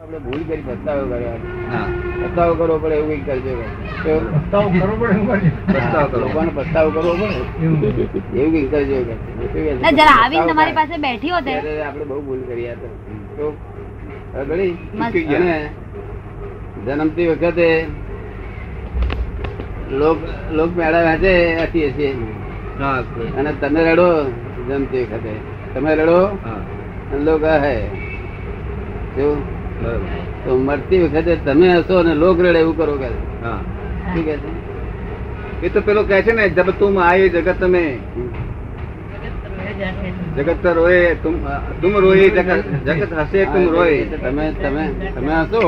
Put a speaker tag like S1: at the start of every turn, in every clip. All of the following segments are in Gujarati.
S1: આપણે ભૂલ કરી પસ્તાવો કર્યા
S2: હા
S1: પસ્તાવો કરવો પડે એવું કઈ કરજો કેવું?
S3: પસ્તાવો કરવો પડે એવું કરી.
S2: પસ્તાવો કરવો.
S1: લોકોને પસ્તાવો કરવો પડે
S3: એવું.
S1: એવું કઈ કરજો એવું કરજો. કેવું?
S4: ના જરા
S1: પસ્તાવો
S4: આવીને તમારી
S1: થાય.
S4: પાસે બેઠી હોત ને,
S1: ત્યારે આપણે બહુ ભૂલ કરી આ તો. તો હવે ઘડી
S4: મસ્ત.
S1: ચૂકી ગયા ને? જન્મતી વખતે લોક લોક મેળા વાંચે હસી હસી
S2: હા કોઈ-
S1: અને તમે રડો જન્મતી વખતે તમે રડો
S2: હા
S1: અને લોક હે કેવું
S2: બરોબર
S1: તો મરતી વખતે તમે હસો અને લોક રડે એવું કરો કે શું
S2: હા
S1: કહે છે
S2: એ તો પેલો કહે છે ને જબ તુમ આયે જગત મેં જગત રોયે તુમ તુમ રોયે જગત જગત હસે તુમ રોયે
S1: તમે તમે તમે હસો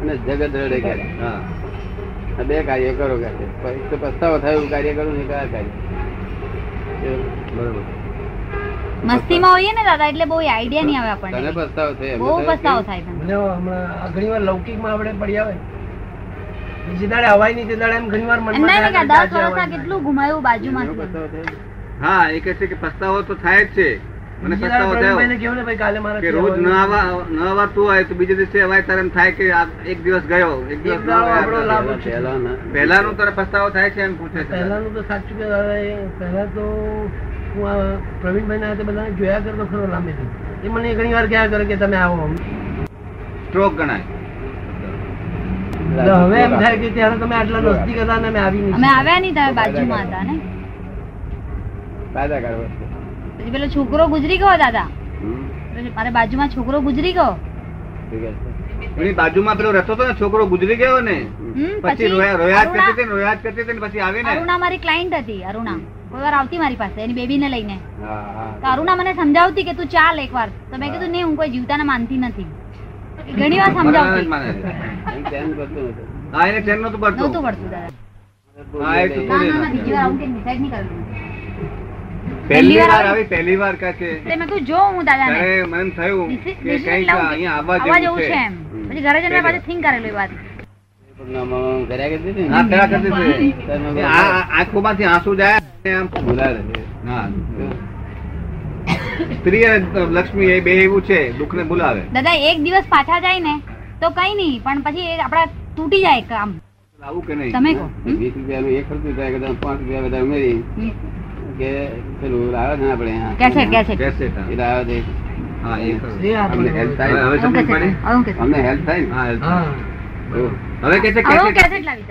S1: અને જગત રડે કે
S2: હા
S1: આ બે કાર્ય કરો કે પછી તો પસ્તાવો થાય એવું કાર્ય કરું ને કયા કાર્ય
S2: બરોબર
S4: મસ્તીમાં હોઈએ ને દાદા એટલે બહુ આઈડિયા નહીં આવે
S1: તને
S4: આપણને
S1: પસ્તાવો થાય
S4: બહુ
S1: એમને થયો
S4: પસ્તાવો થાય તમને
S3: મને હમણાં આ ઘણી વાર લૌકિકમાં આપણે પડ્યા હોય જે દાડે હવાય નહીં તે દાડે એમ ઘણી વાર મનમાં
S4: ના ના
S3: થાય
S4: દસ
S3: કે આજે
S4: વર્ષ આ
S3: હવાઈ નહીં.
S4: કેટલું ઘુમાયું
S1: કે એનો પસ્તાવો
S4: બાજુમાં
S1: થયો?
S2: હા એ કહે છે કે પસ્તાવો તો થાય જ છે મને
S3: બીજી
S2: પસ્તાવો
S3: દાડે પ્રવીણભાઈને કહેવું
S2: થયો
S3: ને ભાઈ કાલે મારા
S2: કે રોજ ન આવા ન આવાતું હોય તો બીજે દિવસે અવાય તારે એમ થાય કે આ એક દિવસ ગયો એક દિવસ
S3: એક
S2: ન
S3: દાડો આપણો
S2: આવ્યા.
S3: લાભ છે.
S1: પહેલા ના.
S2: પહેલાનો તારે પસ્તાવો થાય છે એમ પૂછે છે
S3: પહેલાનું તો સાચું કે દાદા એ પહેલા તો હું આ પ્રવીણભાઈના હાથે બધાને જોયા કરતો ખરો લાંબેથી. એ મને ઘણી વાર કહેયા કરે કે તમે આવો
S2: સ્ટ્રોક ગણાય
S3: એટલે હવે એમ થાય કે ત્યારે તમે આટલા દોસ્તી કરતા ને અમે આવી
S4: અમે
S3: નહીં
S4: આવ્યા નહીં તમે બાજુમાં હતા ને
S1: કાયદા કાઢો છો.
S4: પછી પેલો છોકરો ગુજરી ગયો દાદા
S1: હમ.
S4: પછી મારા બાજુમાં છોકરો ગુજરી ગયો
S1: શું કહે છે?
S2: એની બાજુમાં પેલો રહેતો હતો ને છોકરો ગુજરી ગયો ને
S4: હમ,
S2: પછી
S4: પછી
S2: રોયા રોયા જ કરતી હતી
S4: અરુણા
S2: ને રોયા જ કરતી હતી ને પછી આવીને
S4: અરુણા મારી ક્લાયન્ટ હતી અરુણા કોઈ વાર આવતી મારી પાસે એની બેબીને લઈને
S1: હા, હા.
S4: તો અરુણા મને સમજાવતી કે તું ચાલ એકવાર તો મેં કીધું નહીં હું કોઈ જીવતાને માનતી નથી ઘણી વાર
S2: બરાબર જ
S4: સમજાવતી
S2: માને છે.
S1: એમ તેમ કરતું નતું.
S2: હા એને ટ્રેન નતું પડતું
S4: નહોતું પડતું દાદા
S2: હા, એ તો
S4: ના
S2: થોડી
S4: ના
S2: ના.
S4: ના બીજી વાર આવું કંઈ decide નહીં કરવું
S2: પહેલી
S4: પહેલી
S2: વાર
S4: વાર
S2: આવી પહેલી વાર કહે છે
S4: એટલે મેં કીધું જો હું દાદાને
S2: ત્યારે મને એમ થયું કે
S4: decision
S2: કંઈક
S4: એટલે આવું
S2: અહીંયા આવવા
S4: આવવા
S2: જેવું છે
S4: એમ પછી ઘરે જઈને મેં પાછું think કરેલું એ વાત
S1: પગનામાં કર્યા કરતી હતી ને?
S2: હા, કર્યા કરતી હતી.
S1: તને
S2: એ આ- આ- આંખોમાંથી આંસુ જાય ને આમ.
S1: ભૂલાડે છે.
S2: હા. સ્ત્રી અને લક્ષ્મી એ બે એવું છે દુઃખ ને બોલાવે
S4: દાદા એક દિવસ પાછા જાય ને તો કઈ નહીં પણ પછી એ આપડા તૂટી જાય કામ
S2: આવું કે નહીં
S4: તમે કહો હમ?
S1: વીસ રૂપિયાનું એક ખર્ચું થાય કદાચ પાંચ રૂપિયા વધારે ઉમેરી
S4: હમ.
S1: કે પેલું આવે છે ને આપણે અહીંયા.
S4: કેસેટ કેસેટ
S2: બેસે તા.
S1: એ લાવે છે.
S2: હા એ ખરું.
S3: એ
S1: અમને
S3: આપણે
S1: હેલ્પ થાય ને?
S2: હવે
S4: હું
S2: સમજ
S4: કેસેટ
S2: પડી?
S4: લાવી? હું કેસેટ
S1: અમને હેલ્પ થાય ને?
S2: હા, એ
S3: હા
S2: ખરું.
S1: એવું.
S2: હવે કે છે
S4: હવે હું
S2: કેસેટ.
S4: કેસેટ
S2: હવે
S4: લાવી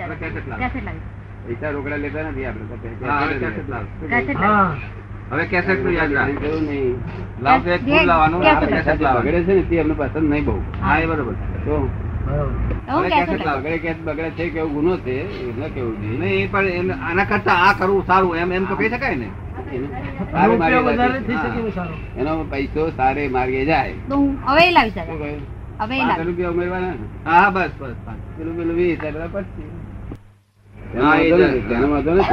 S2: કેસેટ લાવ.
S4: દાદા કેસેટ લાવી
S1: પૈસા રોકડા લેતા નથી આપણે તો પૈસા
S2: હા, હવે કેસેટ લાવ.
S4: કેસેટ લાવી
S3: હા
S2: હવે કેસેટ નું યાદ રાખ
S1: જરૂર નહીં.
S2: લાવ તો એક ફૂલ લાવવાનું આ
S4: કેસેટ
S2: કેસેટ
S1: કેસેટ
S2: લાવવાનું.
S1: બગડે છે ને તે અમને પસંદ નહીં બહુ
S2: હા એ બરોબર
S1: તો
S3: બરાબર
S4: હું
S2: હવે
S4: કેસેટ
S2: કેસેટ
S4: લાવી
S2: લાવ.
S1: બગડે કે બગડે છે કેવો ગુનો છે એ ન કેવું જોઈએ
S2: નહીં પણ એમ- આના કરતા આ કરવું સારું એમ એમ તો કહી શકાય ને
S1: એનો સારો
S3: રૂપિયા
S1: માર્ગે
S3: વધારે
S1: લાગે.
S3: થઈ શકે એવું સારું
S1: એનો પૈસો સારે માર્ગે જાય
S4: તો હું હવે એ લાવી દાદા
S1: શું કહ્યું?
S4: હવે એ
S1: પાંચ
S4: લાવી
S1: રૂપિયા ઉમેરવાના ને?
S2: હા હા, બસ બસ બસ.
S1: પેલું પેલું વીસ એટલે પચીસ.
S2: હા, એ
S1: એનો વાંધો નથી,
S2: જાય.
S1: એનો વાંધો નથી.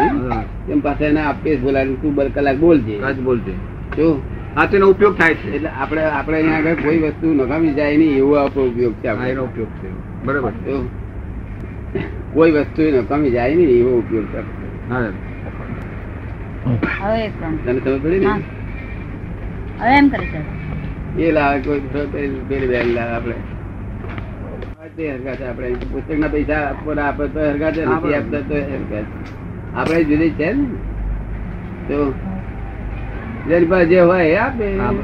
S1: એમ પાસે એને આપીએ જ બોલાવીને તું બર કલાક બોલજે
S2: કાચ બોલજે
S1: જો
S2: હા તેનો ઉપયોગ થાય છે
S1: એટલે આપણે આપણે અહીંયા આગળ કોઈ વસ્તુ નકામી જાય નહીં એવો આપણો ઉપયોગ છે
S2: હા, એનો
S1: આપણો.
S2: ઉપયોગ છે બરોબર
S1: જો. કોઈ વસ્તુ નકામી જાય નહીં એવો ઉપયોગ છે આપણો.
S2: હા
S4: હવે એક ત્રણ.
S1: તને ખબર પડી
S4: હા. હવે એમ કરે છે
S1: ને એ લાવે કોઈ પેલો- પેલી- પેલી બેન લાવે આપણે તે હરગાશે આપણે પુસ્તકના પૈસા આપવાના આપે તો હરગાશે
S2: હા,
S1: નથી
S2: બરાબર.
S1: આપતા તો હરગાશે આપણે જુદી છે ને તો જેની પાસે જે હોય એ આપે
S2: હા, બરાબર.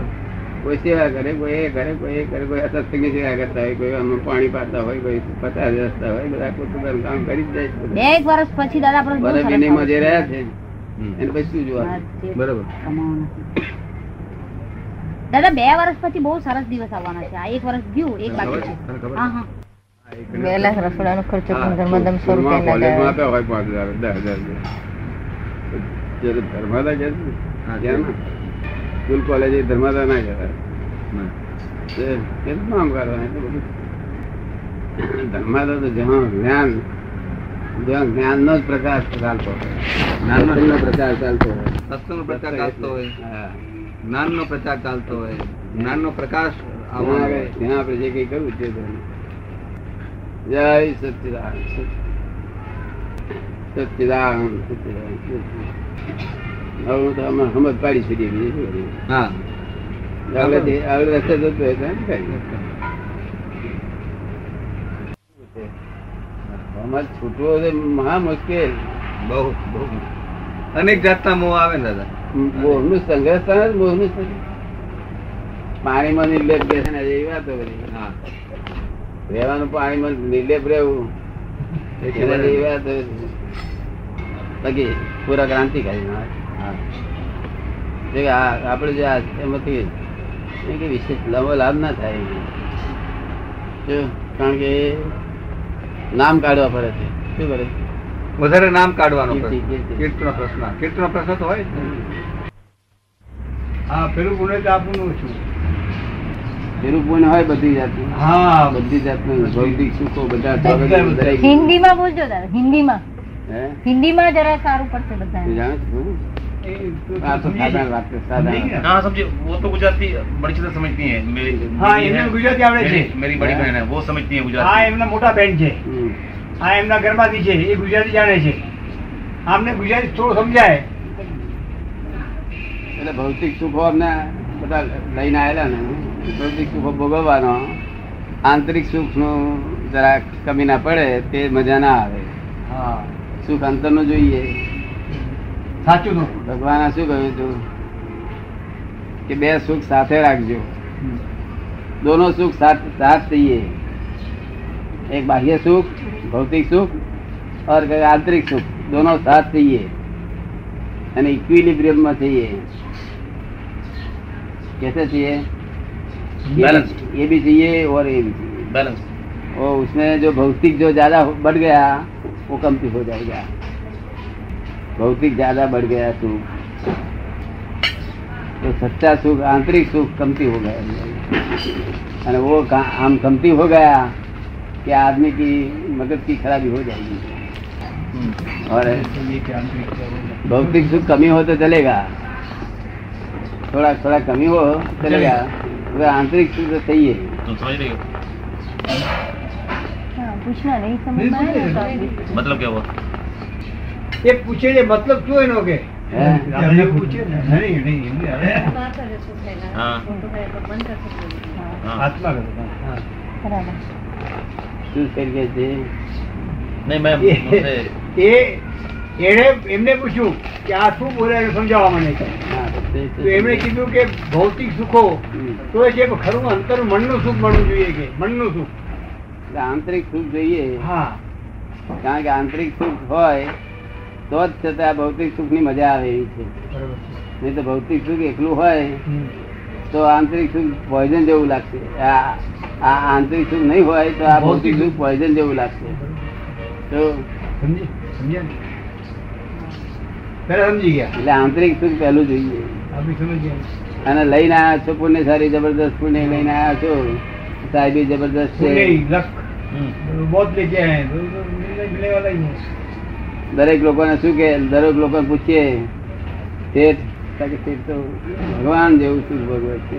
S1: કોઈ સેવા કરે કોઈ એ કરે કોઈ એ કરે કોઈ અસત્સંગી સેવા કરતા હોય કોઈ આમનું પાણી પાતા હોય કોઈ પચાસ રસ્તા હોય બધા પોતપોતાનું કામ કરી જ જાય છે બધા.
S4: બે એક વર્ષ પછી દાદા આપણો બહુ
S1: બધા
S4: સરસ
S1: વિનયમાં જે રહ્યા
S4: આવડે છે.
S1: છે એને પછી શું જોવાનું?
S4: જે
S2: બરોબર
S4: કમાવાનું છે. દાદા બે વર્ષ પછી બહુ સરસ દિવસ આવવાના છે આ એક વર્ષ ગયું એક બાકી છે
S2: તને ખબર?
S4: હા હા
S5: બે લાખ રસોડાનો ખર્ચો
S1: Ah,
S5: પણ ઘરમાં તમે સો
S1: સ્કૂલમાં,
S5: રૂપિયા
S1: કોલેજમાં
S5: ના
S1: આપ્યા હોય પાંચ હજાર, દસ હજાર રૂપિયા. જ્યારે ધર્માદા જાય છે ને,
S2: હા,
S1: ત્યાં ને, સ્કૂલ કોલેજ એ ધર્માદા ના કહેવાય. તે કેટલું કામ કરવાનું એટલે બધું. ધર્માદા તો જ્યાં જ્ઞાન જ્યાં જ્ઞાનનો જ પ્રકાશ ચાલતો હોય.
S2: જ્ઞાનનો
S1: સત્સંગનો પ્રચાર ચાલતો હોય.
S2: સત્સંગનો પ્રચાર ચાલતો હોય
S1: હા.
S2: જ્ઞાનનો પ્રચાર ચાલતો હોય જ્ઞાનનો પ્રકાશ આવવાનો
S1: ત્યાં
S2: હોય.
S1: આગળ- ત્યાં આપણે જે કંઈ કરવું છે જય સચિદાન સચિદાન હવે તો અમે સમજ પાડી શકીએ બીજું શું કરીએ?
S2: હા
S1: આવડે તે- આવડે રસ્તે જતો હોય તો એમ કરીએ.
S2: છે
S1: આમાં છૂટવો તો મહા મુશ્કેલ
S2: બહુ બહુ અનેક જાતના મોહ આવે ને દાદા
S1: મોહનું સંઘર્ષ થાય ને મોહનું સંઘર્ષ. પાણીમાં નિર્લેપ બેસે ને એવી વાતો બધી
S2: હા
S1: રહેવાનું પાણીમાં નિર્લેપ રહેવું
S2: એ
S1: એ
S2: કહેવાય.
S1: બધી વાતો બાકી પૂરા ક્રાંતિકારી માણસ.
S2: હા
S1: જો કે આ આપણે જે આ એમાંથી એ કે વિશેષ લાભ લાભ ના થાય જો કારણ કે એ નામ કાઢવા પડે છે શું કરે
S2: વધારે નામ કાઢવાનો પ્રશ્ન.
S1: કીર્તિ, કીર્તિ.
S2: કીર્તિનો પ્રશ્ન કીર્તિનો પ્રશ્ન તો હોય જ ને. હા પેલું ગુણે જ આપનું છું
S1: એનું પુણ્ય હોય બધી જાતનું
S2: હા
S1: બધી જાતનું ભૌતિક સુખો બધા
S2: બધા
S1: સ્વાગત દરેક-
S5: હિન્દીમાં બોલજો દાદા હિન્દીમાં
S1: હે
S5: હિન્દીમાં જરા સારું પડશે
S1: તું
S5: બધા
S1: જાણે છે પ્રભુ? આ તો સાધારણ વાત છે, સાધારણ વાત.
S6: हाँ समझे वो तो गुजराती बड़ी चीजें समझती है मेरी
S7: हाँ,
S6: मेरी
S7: इन्हें
S6: है-
S7: गुजराती आवड़े
S6: मेरी-
S7: छे।
S6: मेरी बड़ी
S1: हाँ।
S6: बहन है वो समझती है
S7: આ
S6: गुजराती
S7: એમના મોટા બેન છે
S1: હમ.
S7: આ એમના ગરબાથી છે એ ગુજરાતી જાણે છે આમને ગુજરાતી થોડું સમજાય
S1: એટલે ભૌતિક સુખો અમને બધા લઈને આવેલા ને ભૌતિક સુખો ભોગવવાનો આંતરિક સુખનું જરા કમી ના પડે તે મજા ના આવે
S7: હા
S1: સુખ અંતરનું જોઈએ
S7: સાચું તો
S1: ભગવાને શું કહ્યું હતું કે બે સુખ સાથે રાખજો દોનો સુખ સાથ સાથ થઈએ એક બાહ્ય સુખ ભૌતિક સુખ ઓર આંતરિક સુખ દોનો સાથ થઈએ અને ઇક્વિલિબ્રિયમ માં થઈએ कैसे चाहिए
S6: Balanced.
S1: ये भी चाहिए और ये भी चाहिए
S6: बैलेंस
S1: और उसमें जो भौतिक जो ज्यादा बढ़ गया वो कमती हो जाएगा भौतिक ज्यादा बढ़ गया सुख तो सच्चा सुख आंतरिक सुख कमती हो गया और वो का- हम कमती हो गया कि आदमी की मगज की खराबी हो जाएगी और भौतिक सुख कमी हो तो चलेगा थोड़ा थोड़ा कमी हो चलेगा वह आंतरिक सुख तो सही है
S6: तुम समझ रही हो
S5: હા, પૂછના નહીં સમજમાં આવે ને તો આપણે
S6: मतलब क्या हुआ
S7: એ પૂછે છે મતલબ શું એનો કે
S1: हैं?
S7: આપણે પૂછીએ ને, નહીં, નહીં, એમ નહીં આવે.
S6: हाँ हाँ
S7: હાથમાં કરો. હા.
S5: બરાબર
S1: શું કરીએ છીએ
S6: नहीं मैं मुझसे
S7: એ એણે એમને પૂછ્યું કે આ શું બોલે એને સમજાવવા મને
S1: હા, તે- તે-
S7: તો એમણે કીધું કે ભૌતિક સુખો
S1: હમ.
S7: તો એ છે પણ ખરું અંતર મનનું સુખ મળવું જોઈએ કે મનનું સુખ
S1: એટલે આંતરિક સુખ જોઈએ
S7: હા
S1: કારણ કે આંતરિક સુખ હોય તો જ છતાં આ ભૌતિક સુખની મજા આવે એવી છે
S7: બરોબર
S1: નહીં તો ભૌતિક સુખ એકલું હોય
S7: હમ.
S1: તો આંતરિક સુખ પોઈઝન જેવું લાગશે આ આ આંતરિક સુખ નહીં હોય તો આ ભૌતિક સુખ પોઈઝન જેવું લાગશે તો
S7: સમજી સમજ્યા ને? પહેલા સમજી ગયા
S1: એટલે આંતરિક સુખ પહેલું જોઈએ
S7: આપણે સમજી ગયા
S1: અને લઈને આવ્યા છો પુણ્ય સારી જબરદસ્ત પુણ્ય લઈને આવ્યા છો સાહેબી જબરદસ્ત છે
S7: नहीं लक बहुत लेके आए हैं तो- तो मिलने मिलने वाला ही है
S1: દરેક લોકોને શું કે દરેક લોકો પૂછીએ શેઠ તાકે શેઠ તો ભગવાન જેવું સુખ ભગવત છે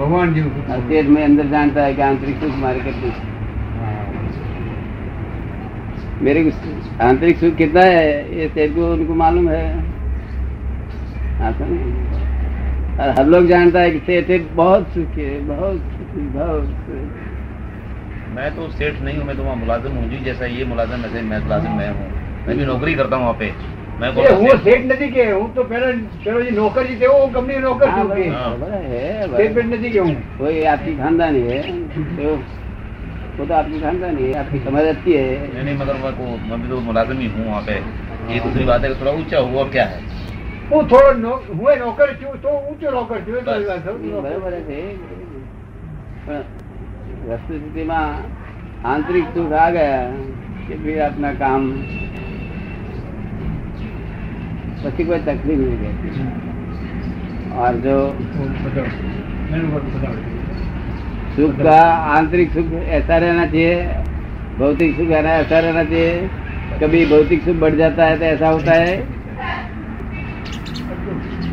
S7: भगवान जी को
S1: આ શેઠ મેં અંદર જાણતા હોય કે આંતરિક સુખ મારે કેટલું છે. मेरे को आंतरिक सुख कितना है ये तेरे को उनको मालूम है ऐसा नहीं और हम लोग जानता है कि सेठ एक बहुत सुखी है बहुत सुखी, बहुत सुखी।
S6: मैं तो सेठ नहीं हूँ मैं तो वहाँ मुलाजिम हूँ जी जैसा ये मुलाजिम वैसे मैं मुलाजिम मैं हूँ मैं भी नौकरी करता हूँ वहाँ पे मैं
S7: ये
S6: बोलता हूँ,
S7: वो
S6: सेठ-
S7: सेठ नदी के हूँ तो पहले चलो जी नौकर जी थे वो कंपनी नौकर
S1: हाँ,
S7: थे
S1: भाई,
S7: उनके।
S6: हाँ।
S1: खबर है भाई।
S7: सेठ नदी के हूँ
S1: कोई आपकी खानदानी है तो वो तो आपकी खानदानी है आपकी समझ अच्छी है
S6: नहीं नहीं मगर मैं को मैं भी तो मुलाजिम ही हूँ वहाँ पे ये दूसरी बात है कि थोड़ा ऊंचा हुआ अब क्या है
S7: वो थोड़ा नौ- हुए नौकर छू तो ऊंचो नौकर छू तो
S6: बस।
S7: बात
S1: એ
S7: है, नौकर।
S1: બરોબર છે પણ વસ્તુસ્થિતિમાં આંતરિક સુખ આ ગયા કે ભાઈ આપના કામ પછી કોઈ તકલીફ નહીં રહેતી और जो
S7: वो बताओ, मैंने वो बताओ।
S1: सुख का आंतरिक सुख ऐसा रहना चाहिए भौतिक सुख रहना ऐसा रहना चाहिए कभी भौतिक सुख बढ़ जाता है तो ऐसा होता है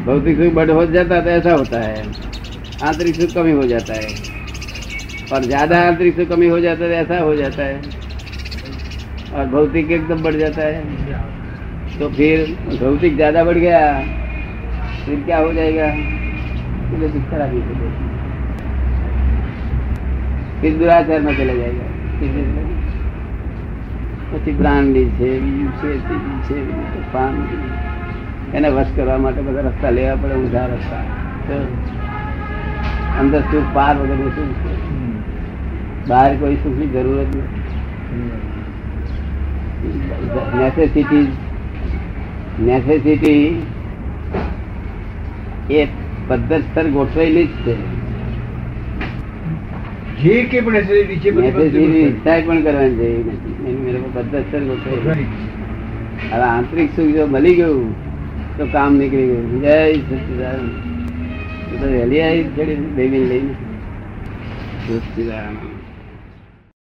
S1: भौतिक सुख बढ़ हो जाता है तो ऐसा होता है आंतरिक सुख कमी हो जाता है और ज्यादा आंतरिक सुख कमी हो जाता है तो ऐसा हो जाता है और भौतिक एकदम बढ़ जाता है तो फिर भौतिक ज्यादा बढ़ गया फिर क्या हो जाएगा फिर तो खराबी हो जाएगी। फिर दुराचार में चला जाएगा પછી બ્રાન્ડી છે બીજું છે ત્રીજું છે બીજું છે, પાન છે. એને વશ કરવા માટે બધા રસ્તા લેવા પડે ઊંધા રસ્તા તો અંદર સુખ પાર વગરનું સુખ છે બહાર કોઈ સુખની જરૂર જ નથી નેસેસિટી નેસેસિટી એ પદ્ધતસર ગોઠવેલી જ છે
S7: જે કે પણ હશે, એ જે બધી વસ્તુ
S1: નેસેસિટી ઈચ્છા પણ કરવાની જરૂર નથી એની મેરે કોઈ પદ્ધતસર ગોઠવેલી
S7: ખરી.
S1: હવે આંતરિક સુખ જો મળી ગયું તો કામ નીકળી ગયું જય સચિદાનંદ તો વહેલી આવી છેડી બેબીને લઈને સચિદાનંદ